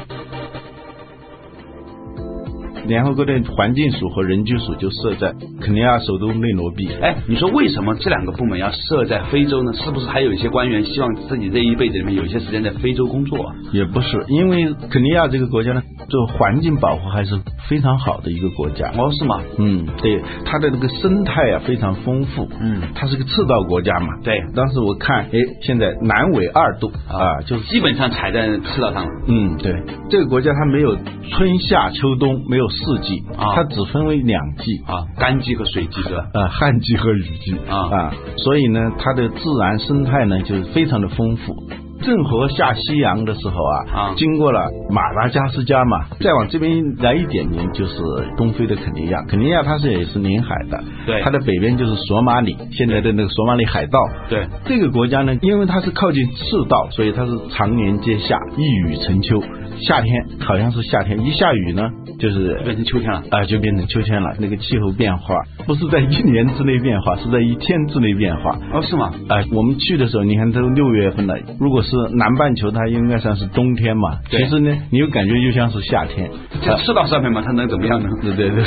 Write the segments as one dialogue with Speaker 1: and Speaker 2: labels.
Speaker 1: 联合国的环境署和人居署就设在肯尼亚首都内罗毕。
Speaker 2: 哎，你说为什么这两个部门要设在非洲呢？是不是还有一些官员希望自己这一辈子里面有一些时间在非洲工作啊？
Speaker 1: 也不是，因为肯尼亚这个国家呢，做环境保护还是非常好的一个国家。
Speaker 2: 哦，是吗？
Speaker 1: 嗯，对，它的那个生态啊非常丰富。
Speaker 2: 嗯
Speaker 1: 它是个赤道国家嘛。
Speaker 2: 对
Speaker 1: 当时我看，哎，现在南纬二度啊，就是
Speaker 2: 基本上踩在赤道上了。
Speaker 1: 嗯，对，这个国家它没有春夏秋冬，没有四季，
Speaker 2: 啊
Speaker 1: 它只分为两季。
Speaker 2: 啊，干季和水季是吧？
Speaker 1: 呃，旱季和雨季
Speaker 2: 啊
Speaker 1: 所以呢，它的自然生态呢就是非常的丰富。郑和下西洋的时候啊，
Speaker 2: 啊
Speaker 1: 经过了马达加斯加嘛，再往这边来一点点就是东非的肯尼亚。肯尼亚它是也是临海的，
Speaker 2: 对
Speaker 1: 它的北边就是索马里，现在的那个索马里海盗。
Speaker 2: 对，
Speaker 1: 这个国家呢，因为它是靠近赤道，所以它是常年皆夏，一雨成秋。夏天好像是夏天，一下雨呢，就是
Speaker 2: 变成秋天了。
Speaker 1: 啊、就变成秋天了。那个气候变化不是在一年之内变化，是在一天之内变化。
Speaker 2: 哦，是吗？
Speaker 1: 啊、我们去的时候，你看都六月份了，如果是南半球，它应该算是冬天嘛。
Speaker 2: 对
Speaker 1: 其实呢，你又感觉又像是夏天。
Speaker 2: 在赤道上面嘛，它能怎么样呢？
Speaker 1: 对对对，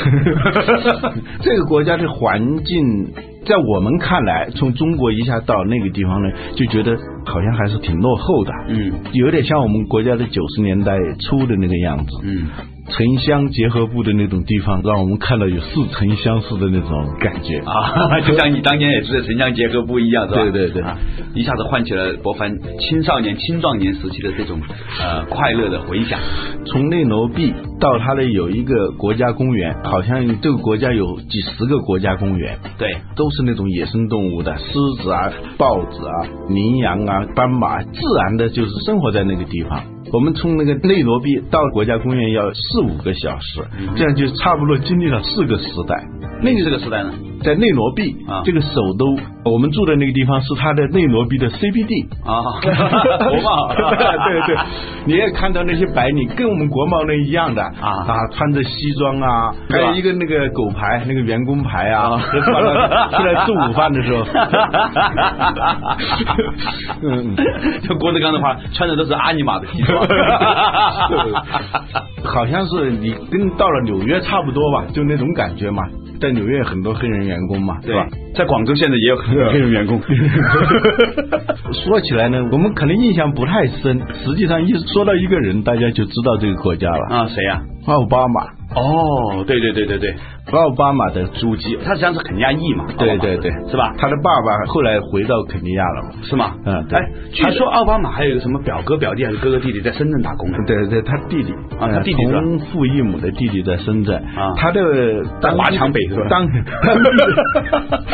Speaker 1: 这个国家的环境，在我们看来，从中国一下到那个地方呢，就觉得好像还是挺落后的。
Speaker 2: 嗯
Speaker 1: 有点像我们国家的九十年代初的那个样子，
Speaker 2: 嗯，
Speaker 1: 城乡结合部的那种地方，让我们看到有似曾相识的那种感觉。
Speaker 2: 啊， 就像你当年也是城乡结合不一样是吧？
Speaker 1: 对对对
Speaker 2: 啊，一下子唤起了伯凡青少年、青壮年时期的这种呃快乐的回想。
Speaker 1: 从内罗毕到它的有一个国家公园，好像这个国家有几十个国家公园，
Speaker 2: 对，
Speaker 1: 都是那种野生动物的，狮子啊、豹子啊、羚羊啊、斑马，自然的就是生活在那个地方。我们从那个内罗毕到国家公园要四五个小时，这样就差不多经历了四个时代。
Speaker 2: 那你这个时代呢？
Speaker 1: 在内罗毕
Speaker 2: 啊
Speaker 1: 这个首都，我们住的那个地方是它的内罗毕的 CBD。
Speaker 2: 啊，国贸
Speaker 1: 对 对，你也看到那些白领跟我们国贸那一样的
Speaker 2: 啊
Speaker 1: 穿着西装啊，还
Speaker 2: 对吧
Speaker 1: 有一个那个狗牌，那个员工牌啊，就穿了 出来吃午饭的 时候，嗯，
Speaker 2: 就郭德纲的话，穿的都是阿尼玛的 西装。
Speaker 1: 好像是你跟到了纽约差不多吧，就那种感觉嘛。在纽约有很多黑人员工嘛，
Speaker 2: 对
Speaker 1: 吧？，
Speaker 2: 在广州现在也有很多黑人员工。
Speaker 1: 说起来呢，我们可能印象不太深，实际上一说到一个人，大家就知道这个国家了。
Speaker 2: 啊，谁呀、
Speaker 1: 奥巴马，
Speaker 2: 哦，对对对对对，
Speaker 1: 奥巴马的足迹，
Speaker 2: 他实际上是肯尼亚裔嘛，
Speaker 1: 对
Speaker 2: 奥巴马
Speaker 1: 对对，
Speaker 2: 是吧？
Speaker 1: 他的爸爸后来回到肯尼亚了嘛？
Speaker 2: 是吗？
Speaker 1: 嗯对
Speaker 2: 哎，据说奥巴马还有一个什么表哥、表弟还是哥哥、弟弟在深圳打工呢？
Speaker 1: 对对，他弟弟
Speaker 2: 啊他弟弟是吧
Speaker 1: 同父异母的弟弟在深圳
Speaker 2: 啊
Speaker 1: 他的
Speaker 2: 在
Speaker 1: 当
Speaker 2: 华强北是吧
Speaker 1: 当当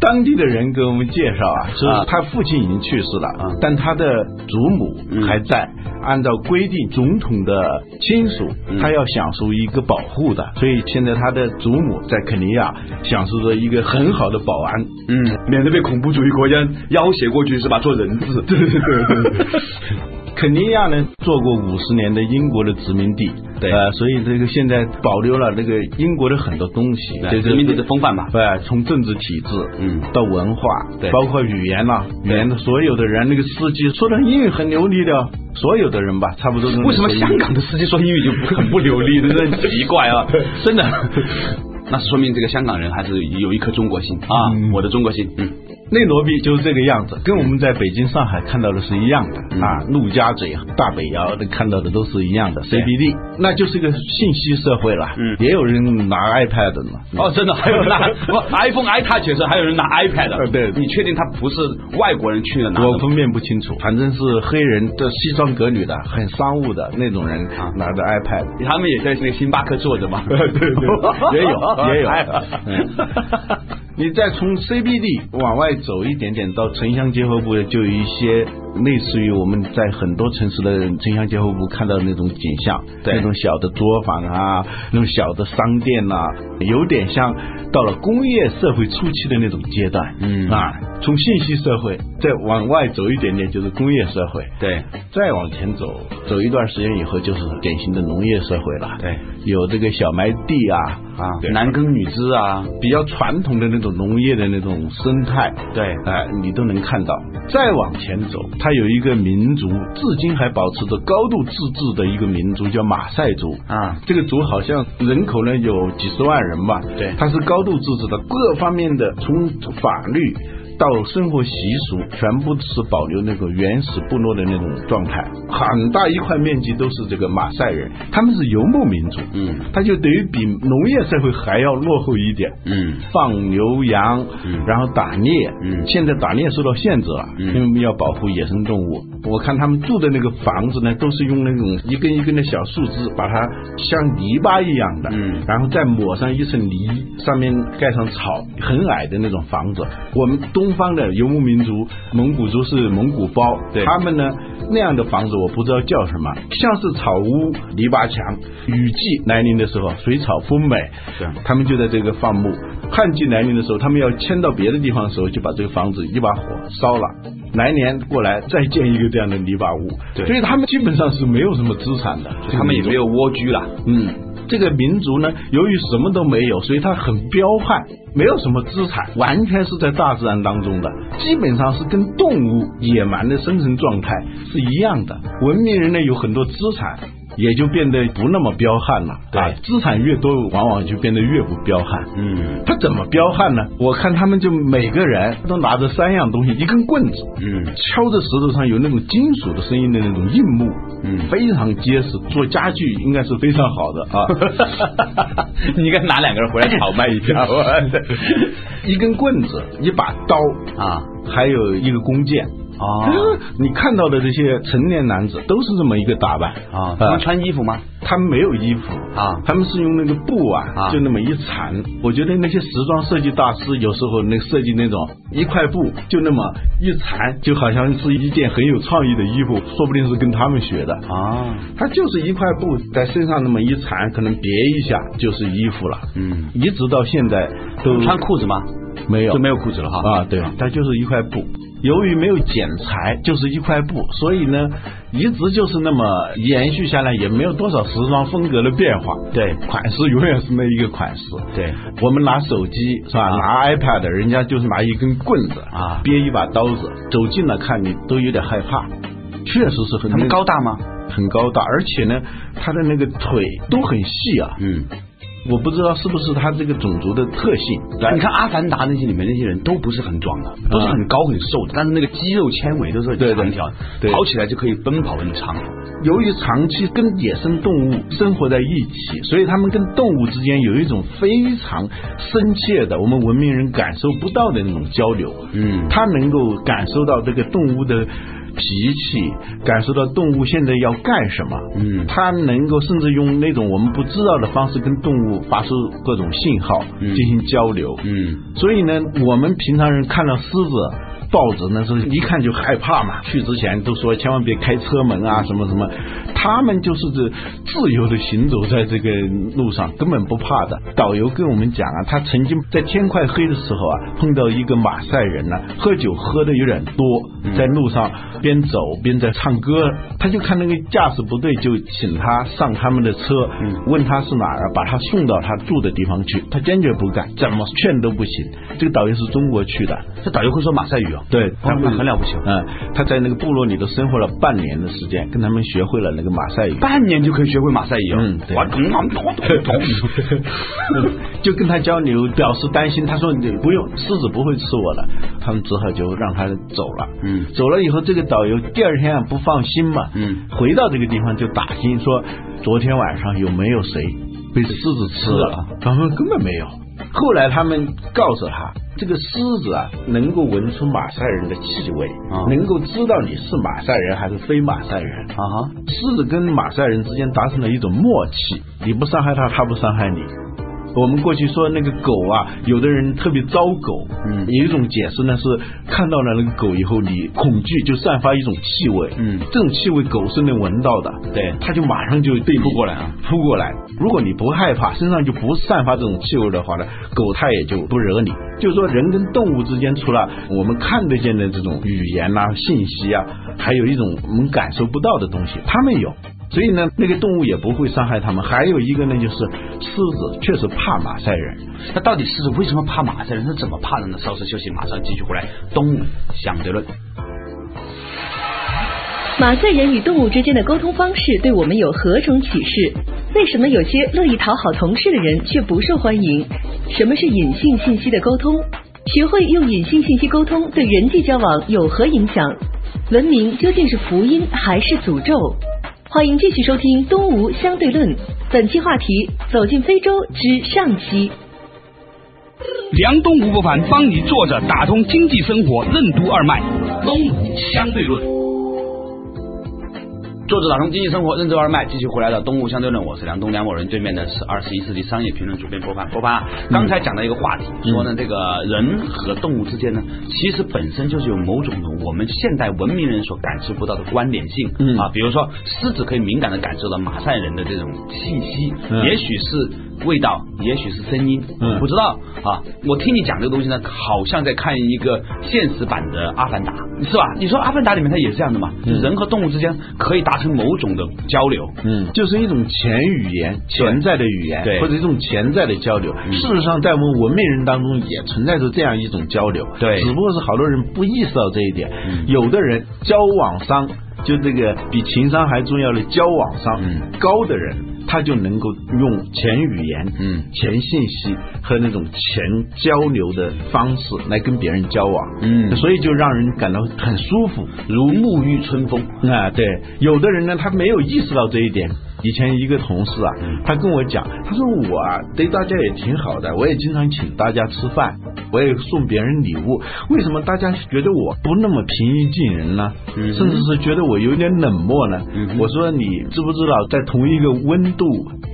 Speaker 1: 当地的人给我们介绍啊，说
Speaker 2: 啊
Speaker 1: 他父亲已经去世了，
Speaker 2: 啊
Speaker 1: 但他的祖母
Speaker 2: 嗯
Speaker 1: 还在。按照规定，总统的亲属
Speaker 2: 嗯
Speaker 1: 他要享受一个保护的，所以现在他的祖母在肯尼亚享受着一个很好的保安。
Speaker 2: 嗯，免得被恐怖主义国家要挟过去是吧？做人质，对对 对对对，
Speaker 1: 肯尼亚呢，做过五十年的英国的殖民地，
Speaker 2: 对
Speaker 1: 呃，所以这个现在保留了这个英国的很多东西，就是
Speaker 2: 殖民地的风范吧。
Speaker 1: 呃，从政治体制，
Speaker 2: 嗯
Speaker 1: 到文化，
Speaker 2: 对
Speaker 1: 包括语言啦、语
Speaker 2: 对
Speaker 1: 言的所有的人，那个司机说的英语很流利的，所有的人吧，差不多都能
Speaker 2: 为什么
Speaker 1: 说英语
Speaker 2: 香港的司机说英语就很不流利？真的 很奇怪啊！真的，那说明这个香港人还是有一颗中国心啊！
Speaker 1: 嗯
Speaker 2: 我的中国心，嗯，
Speaker 1: 内罗毕就是这个样子，跟我们在北京、上海看到的是一样的、
Speaker 2: 嗯
Speaker 1: 啊，陆家嘴、大北窑的看到的都是一样的，CBD，那就是一个信息社会了，
Speaker 2: 嗯
Speaker 1: 也有人拿 iPad 呢，
Speaker 2: 哦，真的，还有人 拿不 iPhone、iTouch 也是，还有人拿 iPad 的
Speaker 1: 呃对
Speaker 2: 你确定他不是外国人去了拿的
Speaker 1: 我
Speaker 2: 吗？
Speaker 1: 分辨不清楚，反正是黑人的西装革履的，很商务的那种人
Speaker 2: 啊
Speaker 1: 拿着 iPad，
Speaker 2: 他们也在那个星巴克坐着 嘛？对
Speaker 1: 对也有也有
Speaker 2: 哎
Speaker 1: 嗯你再从 CBD 往外走一点点，到城乡结合部，就有一些类似于我们在很多城市的城乡结合部看到的那种景象，
Speaker 2: 对
Speaker 1: 那种小的作坊啊，那种小的商店啊呐、有点像到了工业社会初期的那种阶段。
Speaker 2: 嗯
Speaker 1: 啊，从信息社会再往外走一点点，就是工业社会。
Speaker 2: 对，
Speaker 1: 再往前走，走一段时间以后，就是典型的农业社会了。
Speaker 2: 对，
Speaker 1: 有这个小麦地啊，
Speaker 2: 啊
Speaker 1: 对，
Speaker 2: 男耕女织啊，
Speaker 1: 比较传统的那种农业的那种生态，
Speaker 2: 对
Speaker 1: 哎、你都能看到。再往前走，它有一个民族，至今还保持着高度自治的一个民族，叫马赛族。
Speaker 2: 啊，
Speaker 1: 这个族好像人口呢有几十万人吧，
Speaker 2: 对
Speaker 1: 它是高度自治的，各方面的从法律到生活习俗，全部是保留那个原始部落的那种状态，很大一块面积都是这个马赛人，他们是游牧民族，
Speaker 2: 嗯，
Speaker 1: 他就等于比农业社会还要落后一点，
Speaker 2: 嗯，
Speaker 1: 放牛羊，
Speaker 2: 嗯
Speaker 1: 然后打猎，
Speaker 2: 嗯
Speaker 1: 现在打猎受到限制了，
Speaker 2: 嗯
Speaker 1: 因为要保护野生动物。我看他们住的那个房子呢，都是用那种一根一根的小树枝，把它像篱笆一样的，
Speaker 2: 嗯
Speaker 1: 然后再抹上一层泥，上面盖上草，很矮的那种房子。我们东方的游牧民族，蒙古族是蒙古包，
Speaker 2: 对
Speaker 1: 他们呢那样的房子我不知道叫什么，像是草屋、篱笆墙。雨季来临的时候，水草丰美，
Speaker 2: 对
Speaker 1: 他们就在这个放牧。旱季来临的时候，他们要迁到别的地方的时候，就把这个房子一把火烧了。来年过来再建一个这样的篱笆屋，
Speaker 2: 对
Speaker 1: 所以他们基本上是没有什么资产的，
Speaker 2: 他们也没有蜗居了。
Speaker 1: 嗯，这个民族呢，由于什么都没有，所以它很彪悍，没有什么资产，完全是在大自然当中的，基本上是跟动物野蛮的生存状态是一样的。文明人呢，有很多资产。也就变得不那么彪悍了，
Speaker 2: 对
Speaker 1: 啊，资产越多，往往就变得越不彪悍。
Speaker 2: 嗯
Speaker 1: 他怎么彪悍呢？我看他们就每个人都拿着三样东西，一根棍子，
Speaker 2: 嗯
Speaker 1: 敲着石头上有那种金属的声音的那种硬木，
Speaker 2: 嗯
Speaker 1: 非常结实，做家具应该是非常好的 啊。
Speaker 2: 你应该拿两个人回来炒卖一 下。
Speaker 1: 一根棍子，一把刀，
Speaker 2: 啊
Speaker 1: 还有一个弓箭。啊
Speaker 2: 哦
Speaker 1: 你看到的这些成年男子都是这么一个打扮呃
Speaker 2: 啊，他们穿衣服吗？
Speaker 1: 他们没有衣服
Speaker 2: 啊
Speaker 1: 他们是用那个布啊，
Speaker 2: 啊
Speaker 1: 就那么一缠。我觉得那些时装设计大师有时候那设计那种一块布就那么一缠，就好像是一件很有创意的衣服，说不定是跟他们学的。
Speaker 2: 啊，
Speaker 1: 它就是一块布在身上那么一缠，可能别一下就是衣服了。
Speaker 2: 嗯，
Speaker 1: 一直到现在都
Speaker 2: 穿裤子吗？
Speaker 1: 嗯没有
Speaker 2: 就没有裤子了哈。
Speaker 1: 啊，对，它就是一块布。由于没有剪裁，就是一块布，所以呢，一直就是那么延续下来，也没有多少时装风格的变化。
Speaker 2: 对
Speaker 1: 款式永远是那一个款式。
Speaker 2: 对，
Speaker 1: 我们拿手机是吧？拿 iPad，人家就是拿一根棍子
Speaker 2: 啊
Speaker 1: 憋一把刀子，走近了看你都有点害怕。确实是很
Speaker 2: 他们高大吗？
Speaker 1: 很高大，而且呢，他的那个腿都很细啊。
Speaker 2: 嗯，
Speaker 1: 我不知道是不是他这个种族的特性。来
Speaker 2: 啊你看《阿凡达》那些里面那些人都不是很壮的，都是很高很瘦的，但是那个肌肉纤维都是很
Speaker 1: 啊对对
Speaker 2: 长条的，
Speaker 1: 对
Speaker 2: 跑起来就可以奔跑很长。
Speaker 1: 由于长期跟野生动物生活在一起，所以他们跟动物之间有一种非常深切的，我们文明人感受不到的那种交流。
Speaker 2: 嗯
Speaker 1: 他能够感受到这个动物的脾气，感受到动物现在要干什么。
Speaker 2: 嗯
Speaker 1: 它能够甚至用那种我们不知道的方式跟动物发出各种信号、
Speaker 2: 嗯
Speaker 1: 进行交流。
Speaker 2: 嗯，
Speaker 1: 所以呢，我们平常人看到狮子、豹子呢，是一看就害怕嘛。去之前都说千万别开车门啊，什么什么。他们就是这自由的行走在这个路上，根本不怕的。导游跟我们讲啊，他曾经在天快黑的时候啊，碰到一个马赛人呢、喝酒喝的有点多，
Speaker 2: 嗯
Speaker 1: 在路上边走边在唱歌，他就看那个驾驶不对，就请他上他们的车，
Speaker 2: 嗯
Speaker 1: 问他是哪儿，把他送到他住的地方去，他坚决不干，怎么劝都不行。这个导游是中国去的，
Speaker 2: 这导游会说马赛语啊，
Speaker 1: 对，他
Speaker 2: 那很了不起啊
Speaker 1: 嗯，他在那个部落里头生活了半年的时间，跟他们学会了那个马赛语。
Speaker 2: 半年就可以学会马赛语啊，
Speaker 1: 嗯对
Speaker 2: 哇咚咚咚咚 咚
Speaker 1: 嗯 就跟他交流，表示担心。他说：“你不用，狮子不会吃我的。”他们只好就让他走了。
Speaker 2: 嗯
Speaker 1: 走了以后，这个导游第二天啊不放心嘛，
Speaker 2: 嗯，
Speaker 1: 回到这个地方就打听说，昨天晚上有没有谁被狮子吃了？
Speaker 2: 嗯
Speaker 1: 他们根本没有。后来他们告诉他，这个狮子啊，能够闻出马赛人的气味，
Speaker 2: 啊
Speaker 1: 能够知道你是马赛人还是非马赛人。
Speaker 2: 啊哈，
Speaker 1: 狮子跟马赛人之间达成了一种默契，你不伤害它，它不伤害你。我们过去说那个狗啊，有的人特别招狗，
Speaker 2: 嗯
Speaker 1: 有一种解释呢是看到了那个狗以后，你恐惧就散发一种气味，
Speaker 2: 嗯
Speaker 1: 这种气味狗是能闻到的，
Speaker 2: 对
Speaker 1: 它就马上就对扑过来啊，扑过来。如果你不害怕，身上就不散发这种气味的话呢，狗它也就不惹你。就是说，人跟动物之间，除了我们看得见的这种语言呐、信息啊，还有一种我们感受不到的东西，它们有。所以呢，那个动物也不会伤害它们。还有一个呢，就是狮子确实怕马赛人，
Speaker 2: 那到底狮子为什么怕马赛人？是怎么怕的呢？稍事休息，马上继续回来。动物相对论，
Speaker 3: 马赛人与动物之间的沟通方式对我们有何种启示？为什么有些乐意讨好同事的人却不受欢迎？什么是隐性信息的沟通？学会用隐性信息沟通对人际交往有何影响？文明究竟是福音还是诅咒？欢迎继续收听《东吴相对论》，本期话题：走进非洲之上期。
Speaker 4: 梁东吴不凡帮你坐着打通经济生活任督二脉，东吴相对论。
Speaker 2: 作者打通经济生活，任督二脉，继续回来了。东吴相对论，我是梁东梁某人，对面的是二十一世纪商业评论主编波潘。波
Speaker 4: 嗯
Speaker 2: 潘啊，刚才讲到一个话题，说呢，这个人和动物之间呢，其实本身就是有某种的我们现代文明人所感知不到的关联性、
Speaker 1: 嗯
Speaker 2: 啊，比如说狮子可以敏感的感受到马赛人的这种气息，
Speaker 1: 嗯
Speaker 2: 也许是味道，也许是声音，
Speaker 1: 嗯
Speaker 2: 不知道啊。我听你讲这个东西呢，好像在看一个现实版的《阿凡达》，是吧？你说《阿凡达》里面它也是这样的嘛，就人和动物之间可以达成某种的交流。
Speaker 1: 嗯，就是一种潜语言、潜在的语言，
Speaker 2: 对嗯
Speaker 1: 或者一种潜在的交流。事实上，在我们文明人当中也存在着这样一种交流，
Speaker 2: 对嗯
Speaker 1: 只不过是好多人不意识到这一点。有的人交往商就这个比情商还重要的交往商、
Speaker 2: 嗯
Speaker 1: 高的人，他就能够用潜语言、
Speaker 2: 嗯
Speaker 1: 潜信息和那种潜交流的方式来跟别人交往，
Speaker 2: 嗯
Speaker 1: 所以就让人感到很舒服，
Speaker 2: 如沐浴春风，
Speaker 1: 啊，对，有的人呢，他没有意识到这一点。以前一个同事啊，
Speaker 2: 嗯
Speaker 1: 他跟我讲，他说我啊对大家也挺好的，我也经常请大家吃饭，我也送别人礼物。为什么大家觉得我不那么平易近人呢？
Speaker 2: 嗯
Speaker 1: 甚至是觉得我有点冷漠呢？
Speaker 2: 嗯哼
Speaker 1: 我说你知不知道，在同一个温度，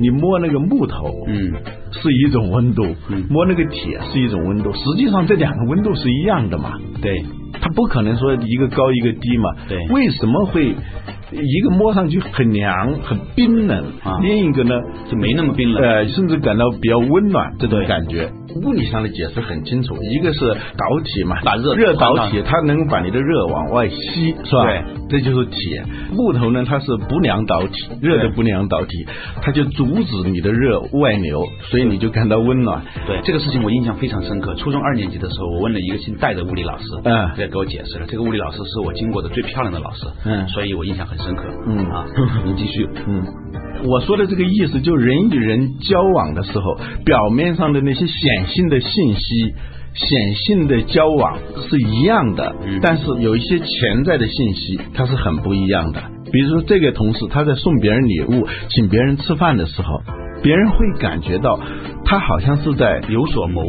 Speaker 1: 你摸那个木头，
Speaker 2: 嗯，
Speaker 1: 是一种温度，
Speaker 2: 嗯
Speaker 1: 摸那个铁是一种温度，实际上这两个温度是一样的嘛？
Speaker 2: 对，
Speaker 1: 它不可能说一个高一个低嘛。
Speaker 2: 对
Speaker 1: 为什么会一个摸上去很凉、很冰冷，
Speaker 2: 啊
Speaker 1: 另一个呢
Speaker 2: 就没那么冰冷
Speaker 1: 呃，甚至感到比较温暖这种感觉？物理上的解释很清楚，一个是导体嘛，
Speaker 2: 把热
Speaker 1: 热
Speaker 2: 传
Speaker 1: 导
Speaker 2: 到
Speaker 1: 体它能把你的热往外吸，是吧？
Speaker 2: 对，
Speaker 1: 这就是铁。木头呢，它是不良导体，热的
Speaker 2: 对
Speaker 1: 不良导体，它就阻止你的热外流，所以你就感到温暖。
Speaker 2: 对这个事情我印象非常深刻。初中二年级的时候，我问了一个姓戴的物理老师，
Speaker 1: 嗯
Speaker 2: 他给我解释了。这个物理老师是我经过的最漂亮的老师，
Speaker 1: 嗯
Speaker 2: 所以我印象很深刻。
Speaker 1: 嗯
Speaker 2: 啊，您继续，
Speaker 1: 嗯，我说的这个意思，就人与人交往的时候，表面上的那些显性的信息。显性的交往是一样的，
Speaker 2: 嗯
Speaker 1: 但是有一些潜在的信息，它是很不一样的。比如说，这个同事他在送别人礼物、请别人吃饭的时候，别人会感觉到他好像是在
Speaker 2: 有所谋，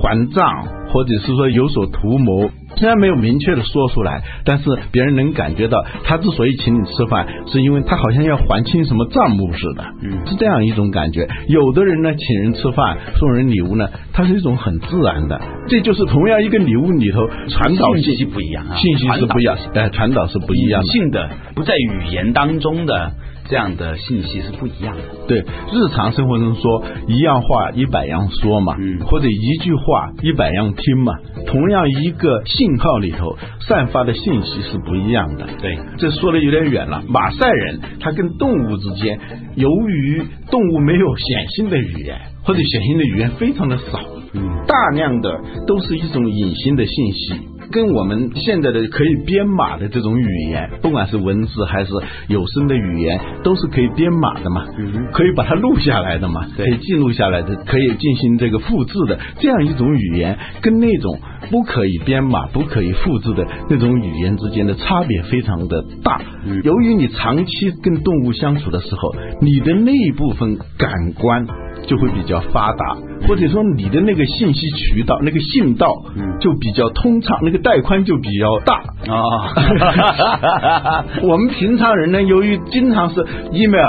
Speaker 1: 还账、或者是说有所图谋。虽然没有明确的说出来，但是别人能感觉到，他之所以请你吃饭，是因为他好像要还清什么账目似的，
Speaker 2: 嗯
Speaker 1: 是这样一种感觉。有的人呢，请人吃饭，送人礼物呢，它是一种很自然的，这就是同样一个礼物里头 传导
Speaker 2: 信
Speaker 1: 信
Speaker 2: 息不一样啊
Speaker 1: 信息是不一样
Speaker 2: 传，
Speaker 1: 哎，传导是不一样的。
Speaker 2: 性的不在语言当中的这样的信息是不一样的。
Speaker 1: 对，日常生活中说一样话一百样说嘛，
Speaker 2: 嗯
Speaker 1: 或者一句话一百样听嘛，同样一个信号里头散发的信息是不一样的。
Speaker 2: 对，
Speaker 1: 这说的有点远了。马赛人他跟动物之间，由于动物没有显性的语言，或者显性的语言非常的少，
Speaker 2: 嗯，
Speaker 1: 大量的都是一种隐形的信息，跟我们现在的可以编码的这种语言，不管是文字还是有声的语言，都是可以编码的嘛，
Speaker 2: 嗯
Speaker 1: 可以把它录下来的嘛，可
Speaker 2: 对
Speaker 1: 以记录下来的，可以进行这个复制的这样一种语言，跟那种不可以编码、不可以复制的那种语言之间的差别非常的大。
Speaker 2: 嗯
Speaker 1: 由于你长期跟动物相处的时候，你的那一部分感官就会比较发达，或者说你的那个信息渠道、那个信道
Speaker 2: 嗯
Speaker 1: 就比较通畅，那个带宽就比较大。
Speaker 2: 啊、
Speaker 1: 我们平常人呢，由于经常是 email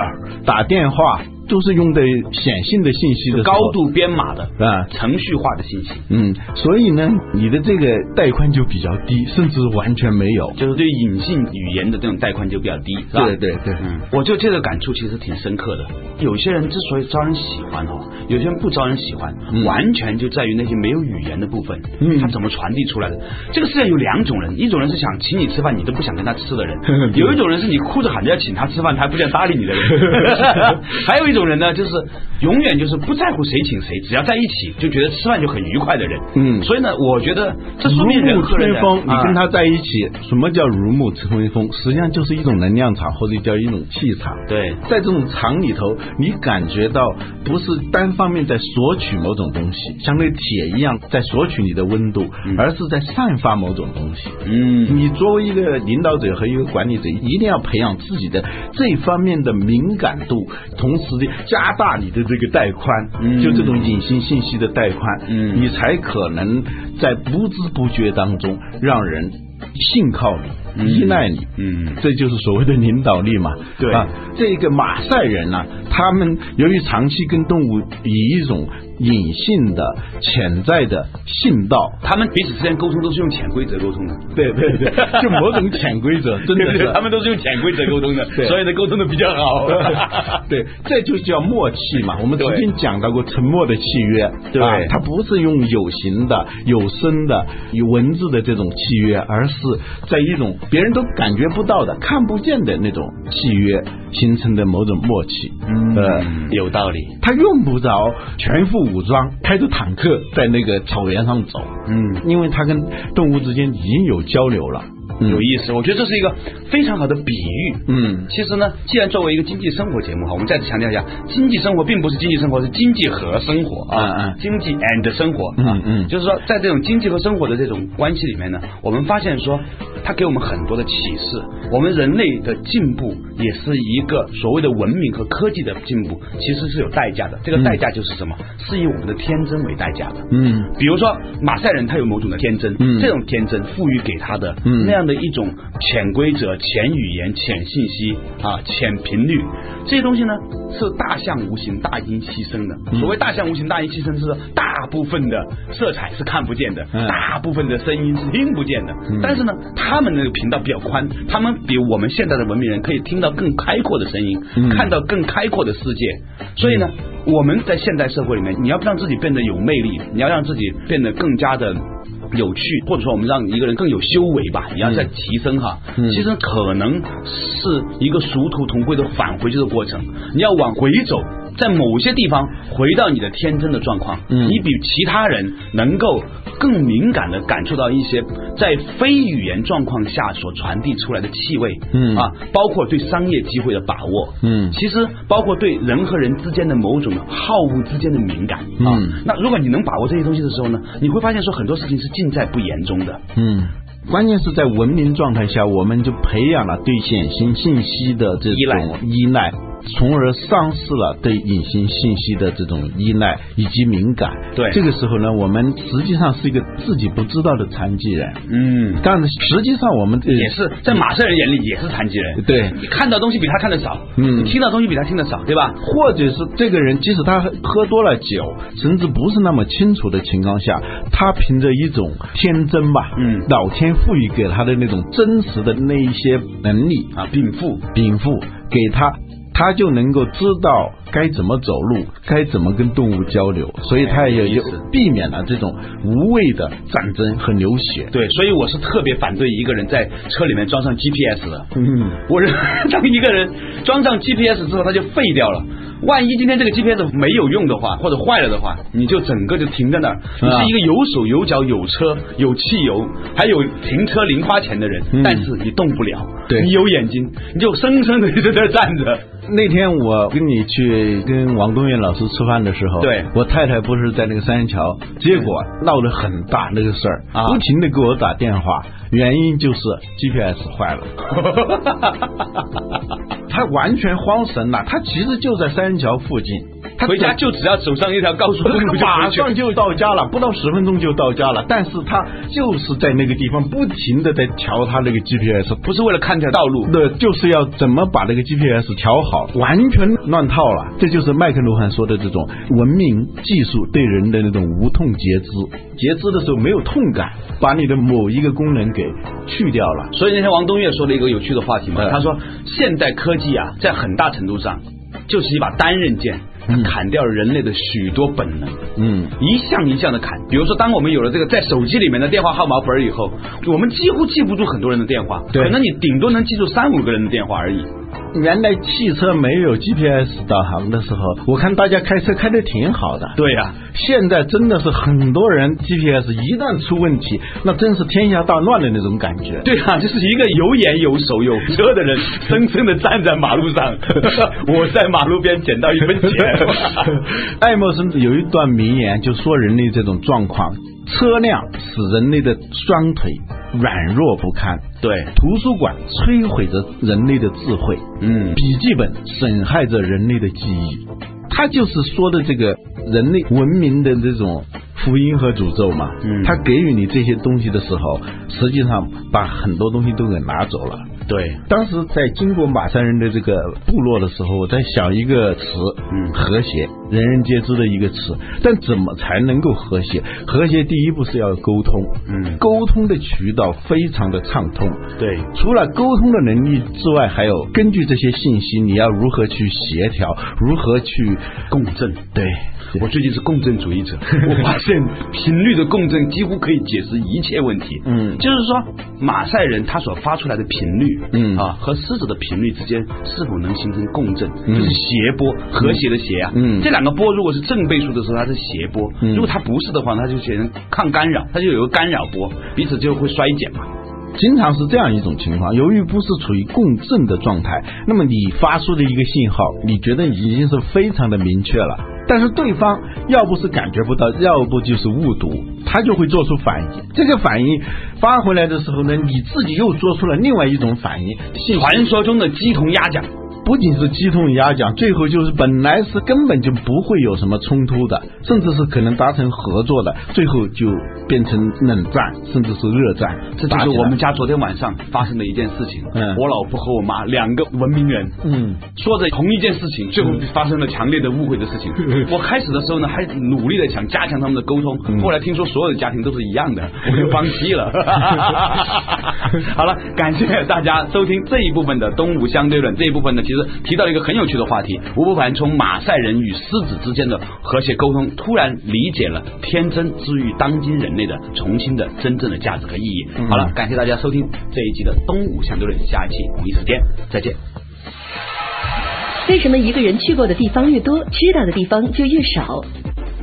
Speaker 1: 打电话，都是用的显性的信息的时候
Speaker 2: 高度编码的、
Speaker 1: 啊。
Speaker 2: 程序化的信息，
Speaker 1: 嗯，所以呢，你的这个带宽就比较低，甚至完全没有。
Speaker 2: 就是对隐性语言的这种带宽就比较低，是吧？
Speaker 1: 对对对
Speaker 2: 嗯，我就这个感触其实挺深刻的。有些人之所以招人喜欢哈，有些人不招人喜欢，
Speaker 1: 嗯
Speaker 2: 完全就在于那些没有语言的部分，
Speaker 1: 嗯；
Speaker 2: 他怎么传递出来的？这个世界有两种人，一种人是想请你吃饭，你都不想跟他吃的人 有一种人是你哭着喊着要请他吃饭，他还不想搭理你的 人；还有一种人呢，就是永远就是不在乎谁请谁，只要在一起就觉得吃饭就很愉快的人。
Speaker 1: 嗯
Speaker 2: 所以呢，我觉得这
Speaker 1: 如
Speaker 2: 说明人
Speaker 1: 沐
Speaker 2: 和人的
Speaker 1: 春风，你
Speaker 2: 啊
Speaker 1: 跟他在一起，什么叫如沐春风？实际上就是一种能量场，或者叫一种气场。
Speaker 2: 对。
Speaker 1: 在这种场里头，你感觉到不是单方面在索取某种东西，像那铁一样在索取你的温度，
Speaker 2: 嗯
Speaker 1: 而是在散发某种东西。
Speaker 2: 嗯，
Speaker 1: 你作为一个领导者和一个管理者，一定要培养自己的这方面的敏感度，同时的加大你的这个带宽，
Speaker 2: 嗯
Speaker 1: 就这种隐形信息的带宽，
Speaker 2: 嗯
Speaker 1: 你才可能在不知不觉当中让人信靠你、
Speaker 2: 嗯
Speaker 1: 依赖你。
Speaker 2: 嗯
Speaker 1: 这就是所谓的领导力嘛。
Speaker 2: 对
Speaker 1: 啊，这个马赛人呢、他们由于长期跟动物以一种隐性的、潜在的信道
Speaker 2: 他们彼此之间沟通都是用潜规则沟通的，
Speaker 1: 对对对，就某种潜规则，真
Speaker 2: 对
Speaker 1: 的
Speaker 2: 对
Speaker 1: 是
Speaker 2: 他们都是用潜规则沟通的，
Speaker 1: 对
Speaker 2: 所以呢沟通的比较 好。
Speaker 1: 对，这就叫默契嘛。我们曾
Speaker 2: 对
Speaker 1: 经讲到过沉默的契约，
Speaker 2: 对
Speaker 1: 啊它不是用有形的、有声的、有文字的这种契约，而是在一种别人都感觉不到的、看不见的那种契约形成的某种默契。嗯呃，
Speaker 2: 有道理。
Speaker 1: 他用不着全副武装，开着坦克在那个草原上走，
Speaker 2: 嗯，
Speaker 1: 因为他跟动物之间已经有交流了。嗯
Speaker 2: 有意思，我觉得这是一个非常好的比喻。
Speaker 1: 嗯
Speaker 2: 其实呢，既然作为一个经济生活节目哈，我们再次强调一下，经济生活并不是经济生活，是经济和生活啊，
Speaker 1: 嗯嗯
Speaker 2: 经济 and 生活啊，
Speaker 1: 嗯嗯
Speaker 2: 就是说在这种经济和生活的这种关系里面呢，我们发现说，它给我们很多的启示，我们人类的进步也是一个所谓的文明和科技的进步，其实是有代价的，这个代价就是什么？是以我们的天真为代价的。
Speaker 1: 嗯
Speaker 2: 比如说马赛人，他有某种的天真，
Speaker 1: 嗯
Speaker 2: 这种天真赋予给他的、
Speaker 1: 嗯
Speaker 2: 那样的一种潜规则、潜语言、潜信息啊、潜频率，这些东西呢是大象无形、大音牺牲的。
Speaker 1: 嗯
Speaker 2: 所谓大象无形、大音牺牲，是说大部分的色彩是看不见的，
Speaker 1: 嗯
Speaker 2: 大部分的声音是听不见的。但是呢，他们那个频道比较宽，他们比我们现在的文明人可以听到更开阔的声音，
Speaker 1: 嗯
Speaker 2: 看到更开阔的世界。所以呢，我们在现代社会里面，你要让自己变得有魅力，你要让自己变得更加的。有趣，或者说我们让一个人更有修为吧，你要再提升哈。
Speaker 1: 嗯
Speaker 2: 其实可能是一个殊途同归的返回去的过程，你要往回走，在某些地方回到你的天真的状况，
Speaker 1: 嗯
Speaker 2: 你比其他人能够更敏感的感受到一些在非语言状况下所传递出来的气味，
Speaker 1: 嗯
Speaker 2: 啊，包括对商业机会的把握，
Speaker 1: 嗯
Speaker 2: 其实包括对人和人之间的某种好恶之间的敏感啊。
Speaker 1: 嗯
Speaker 2: 那如果你能把握这些东西的时候呢，你会发现说很多事情是尽在不言中的。
Speaker 1: 嗯，关键是在文明状态下，我们就培养了对显性信息的这
Speaker 2: 依赖
Speaker 1: 种依赖。从而丧失了对隐形信息的这种依赖以及敏感。
Speaker 2: 对
Speaker 1: 这个时候呢，我们实际上是一个自己不知道的残疾人。
Speaker 2: 嗯，
Speaker 1: 但是实际上我们呃
Speaker 2: 也是在马赛人眼里也是残疾人，
Speaker 1: 对
Speaker 2: 你看到东西比他看得少，
Speaker 1: 嗯
Speaker 2: 你听到东西比他听得少，对吧？
Speaker 1: 或者是这个人，即使他喝多了酒，神志不是那么清楚的情况下，他凭着一种天真吧，
Speaker 2: 嗯
Speaker 1: 老天赋予给他的那种真实的那一些能力
Speaker 2: 啊，禀赋，
Speaker 1: 禀赋给他，他就能够知道该怎么走路，该怎么跟动物交流，所以他也
Speaker 2: 哎有意
Speaker 1: 有
Speaker 2: 思
Speaker 1: 避免了这种无谓的战争和流血。
Speaker 2: 对，所以我是特别反对一个人在车里面装上 GPS 的。
Speaker 1: 嗯，
Speaker 2: 我认为当一个人装上 GPS 之后，他就废掉了。万一今天这个 GPS 没有用的话，或者坏了的话，你就整个就停在那儿。你
Speaker 1: 啊
Speaker 2: 是一个有手有脚、有车、有汽油，还有停车零花钱的人，
Speaker 1: 嗯
Speaker 2: 但是你动不了。
Speaker 1: 对
Speaker 2: 你有眼睛，你就生生的就在这儿站着。
Speaker 1: 那天我跟你去跟王东岳老师吃饭的时候，
Speaker 2: 对
Speaker 1: 我太太不是在那个三元桥，结果闹得很大那个事儿，
Speaker 2: 啊
Speaker 1: 不停的给我打电话，原因就是 GPS 坏了，他完全慌神了，他其实就在三元桥附近，他
Speaker 2: 回家
Speaker 1: 走
Speaker 2: 就只要走上一条高速公路就
Speaker 1: 马
Speaker 2: 回去了。
Speaker 1: 上就到家了，不到十分钟就到家了，但是他就是在那个地方不停的在调他那个 GPS，
Speaker 2: 不是为了看条道路，
Speaker 1: 那就是要怎么把那个 GPS 调好，完全乱套了。这就是麦克卢汉说的这种文明技术对人的那种无痛截肢，截肢的时候没有痛感，把你的某一个功能给去掉了。
Speaker 2: 所以那天王东岳说了一个有趣的话题嘛，
Speaker 1: 嗯
Speaker 2: 他说现代科技啊，在很大程度上就是一把单刃剑，它
Speaker 1: 嗯
Speaker 2: 砍掉了人类的许多本能。
Speaker 1: 嗯，
Speaker 2: 一项一项的砍，比如说，当我们有了这个在手机里面的电话号码本儿以后，我们几乎记不住很多人的电话，
Speaker 1: 对
Speaker 2: 可能你顶多能记住三五个人的电话而已。
Speaker 1: 原来汽车没有 GPS 导航的时候，我看大家开车开的挺好的。
Speaker 2: 对呀、
Speaker 1: 现在真的是很多人 GPS 一旦出问题，那真是天下大乱的那种感 觉。
Speaker 2: 对啊，就是一个有眼有手有车的人， 生生的站在马路 上。我在马路边捡到一分钱。
Speaker 1: 爱默生有一段名言，就说人类这种状况：车辆使人类的双腿软弱不堪，
Speaker 2: 对，
Speaker 1: 图书馆摧毁着人类的智慧，
Speaker 2: 嗯，
Speaker 1: 笔记本损害着人类的记忆。他就是说的这个人类文明的这种福音和诅咒嘛。
Speaker 2: 嗯
Speaker 1: 他给予你这些东西的时候，实际上把很多东西都给拿走了。
Speaker 2: 对，
Speaker 1: 当时在经过马山人的这个部落的时候，我在想一个词，
Speaker 2: 嗯
Speaker 1: 和谐，人人皆知的一个词。但怎么才能够和谐？和谐第一步是要沟通，
Speaker 2: 嗯
Speaker 1: 沟通的渠道非常的畅通。
Speaker 2: 对，
Speaker 1: 除了沟通的能力之外，还有根据这些信息，你要如何去协调，如何去
Speaker 2: 共振。
Speaker 1: 对，
Speaker 2: 我最近是共振主义者，我发现频率的共振几乎可以解释一切问题。
Speaker 1: 嗯
Speaker 2: 就是说马赛人他所发出来的频率，
Speaker 1: 嗯
Speaker 2: 啊，和狮子的频率之间是否能形成共振，
Speaker 1: 嗯
Speaker 2: 就是谐波，和谐的谐啊，
Speaker 1: 嗯
Speaker 2: 这两个波如果是正倍数的时候，它是谐波；
Speaker 1: 嗯
Speaker 2: 如果它不是的话，它就形成抗干扰，它就有个干扰波，彼此就会衰减嘛。
Speaker 1: 经常是这样一种情况，由于不是处于共振的状态，那么你发出的一个信号，你觉得已经是非常的明确了，但是对方要不是感觉不到，要不就是误读，他就会做出反应。这个反应发回来的时候呢，你自己又做出了另外一种反应，信息
Speaker 2: 传说中的鸡同鸭讲，
Speaker 1: 不仅是鸡同鸭讲，最后就是本来是根本就不会有什么冲突的，甚至是可能达成合作的，最后就变成冷战，甚至是热战。
Speaker 2: 这就
Speaker 1: 打
Speaker 2: 是
Speaker 1: 起来
Speaker 2: 我们家昨天晚上发生的一件事情。
Speaker 1: 嗯
Speaker 2: 我老婆和我妈两个文明人，
Speaker 1: 嗯。
Speaker 2: 说着同一件事情，最后发生了强烈的误会的事情。 我开始的时候呢，还努力的想加强他们的沟通，后来听说所有的家庭都是一样 的，我就放弃了。 好了，感谢大家收听这一部分的《东吴相对论》。这一部分呢，其实提到了一个很有趣的话题：吴不凡从马赛人与狮子之间的和谐沟通，突然理解了天真之于当今人类的重新的真正的价值和意义。好了，感谢大家收听这一期的《东吴相对论》，下一期同一时间再见。
Speaker 3: 为什么一个人去过的地方越多，知道的地方就越少？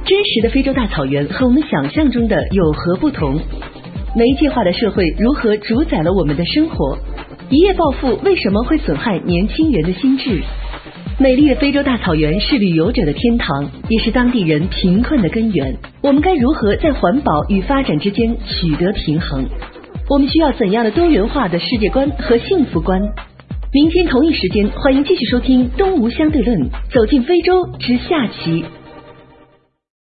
Speaker 3: 真实的非洲大草原和我们想象中的有何不同？媒介化的社会如何主宰了我们的生活？一夜暴富为什么会损害年轻人的心智？美丽的非洲大草原是旅游者的天堂，也是当地人贫困的根源。我们该如何在环保与发展之间取得平衡？我们需要怎样的多元化的世界观和幸福观？明天同一时间，欢迎继续收听《东吴相对论》，走进非洲之下期。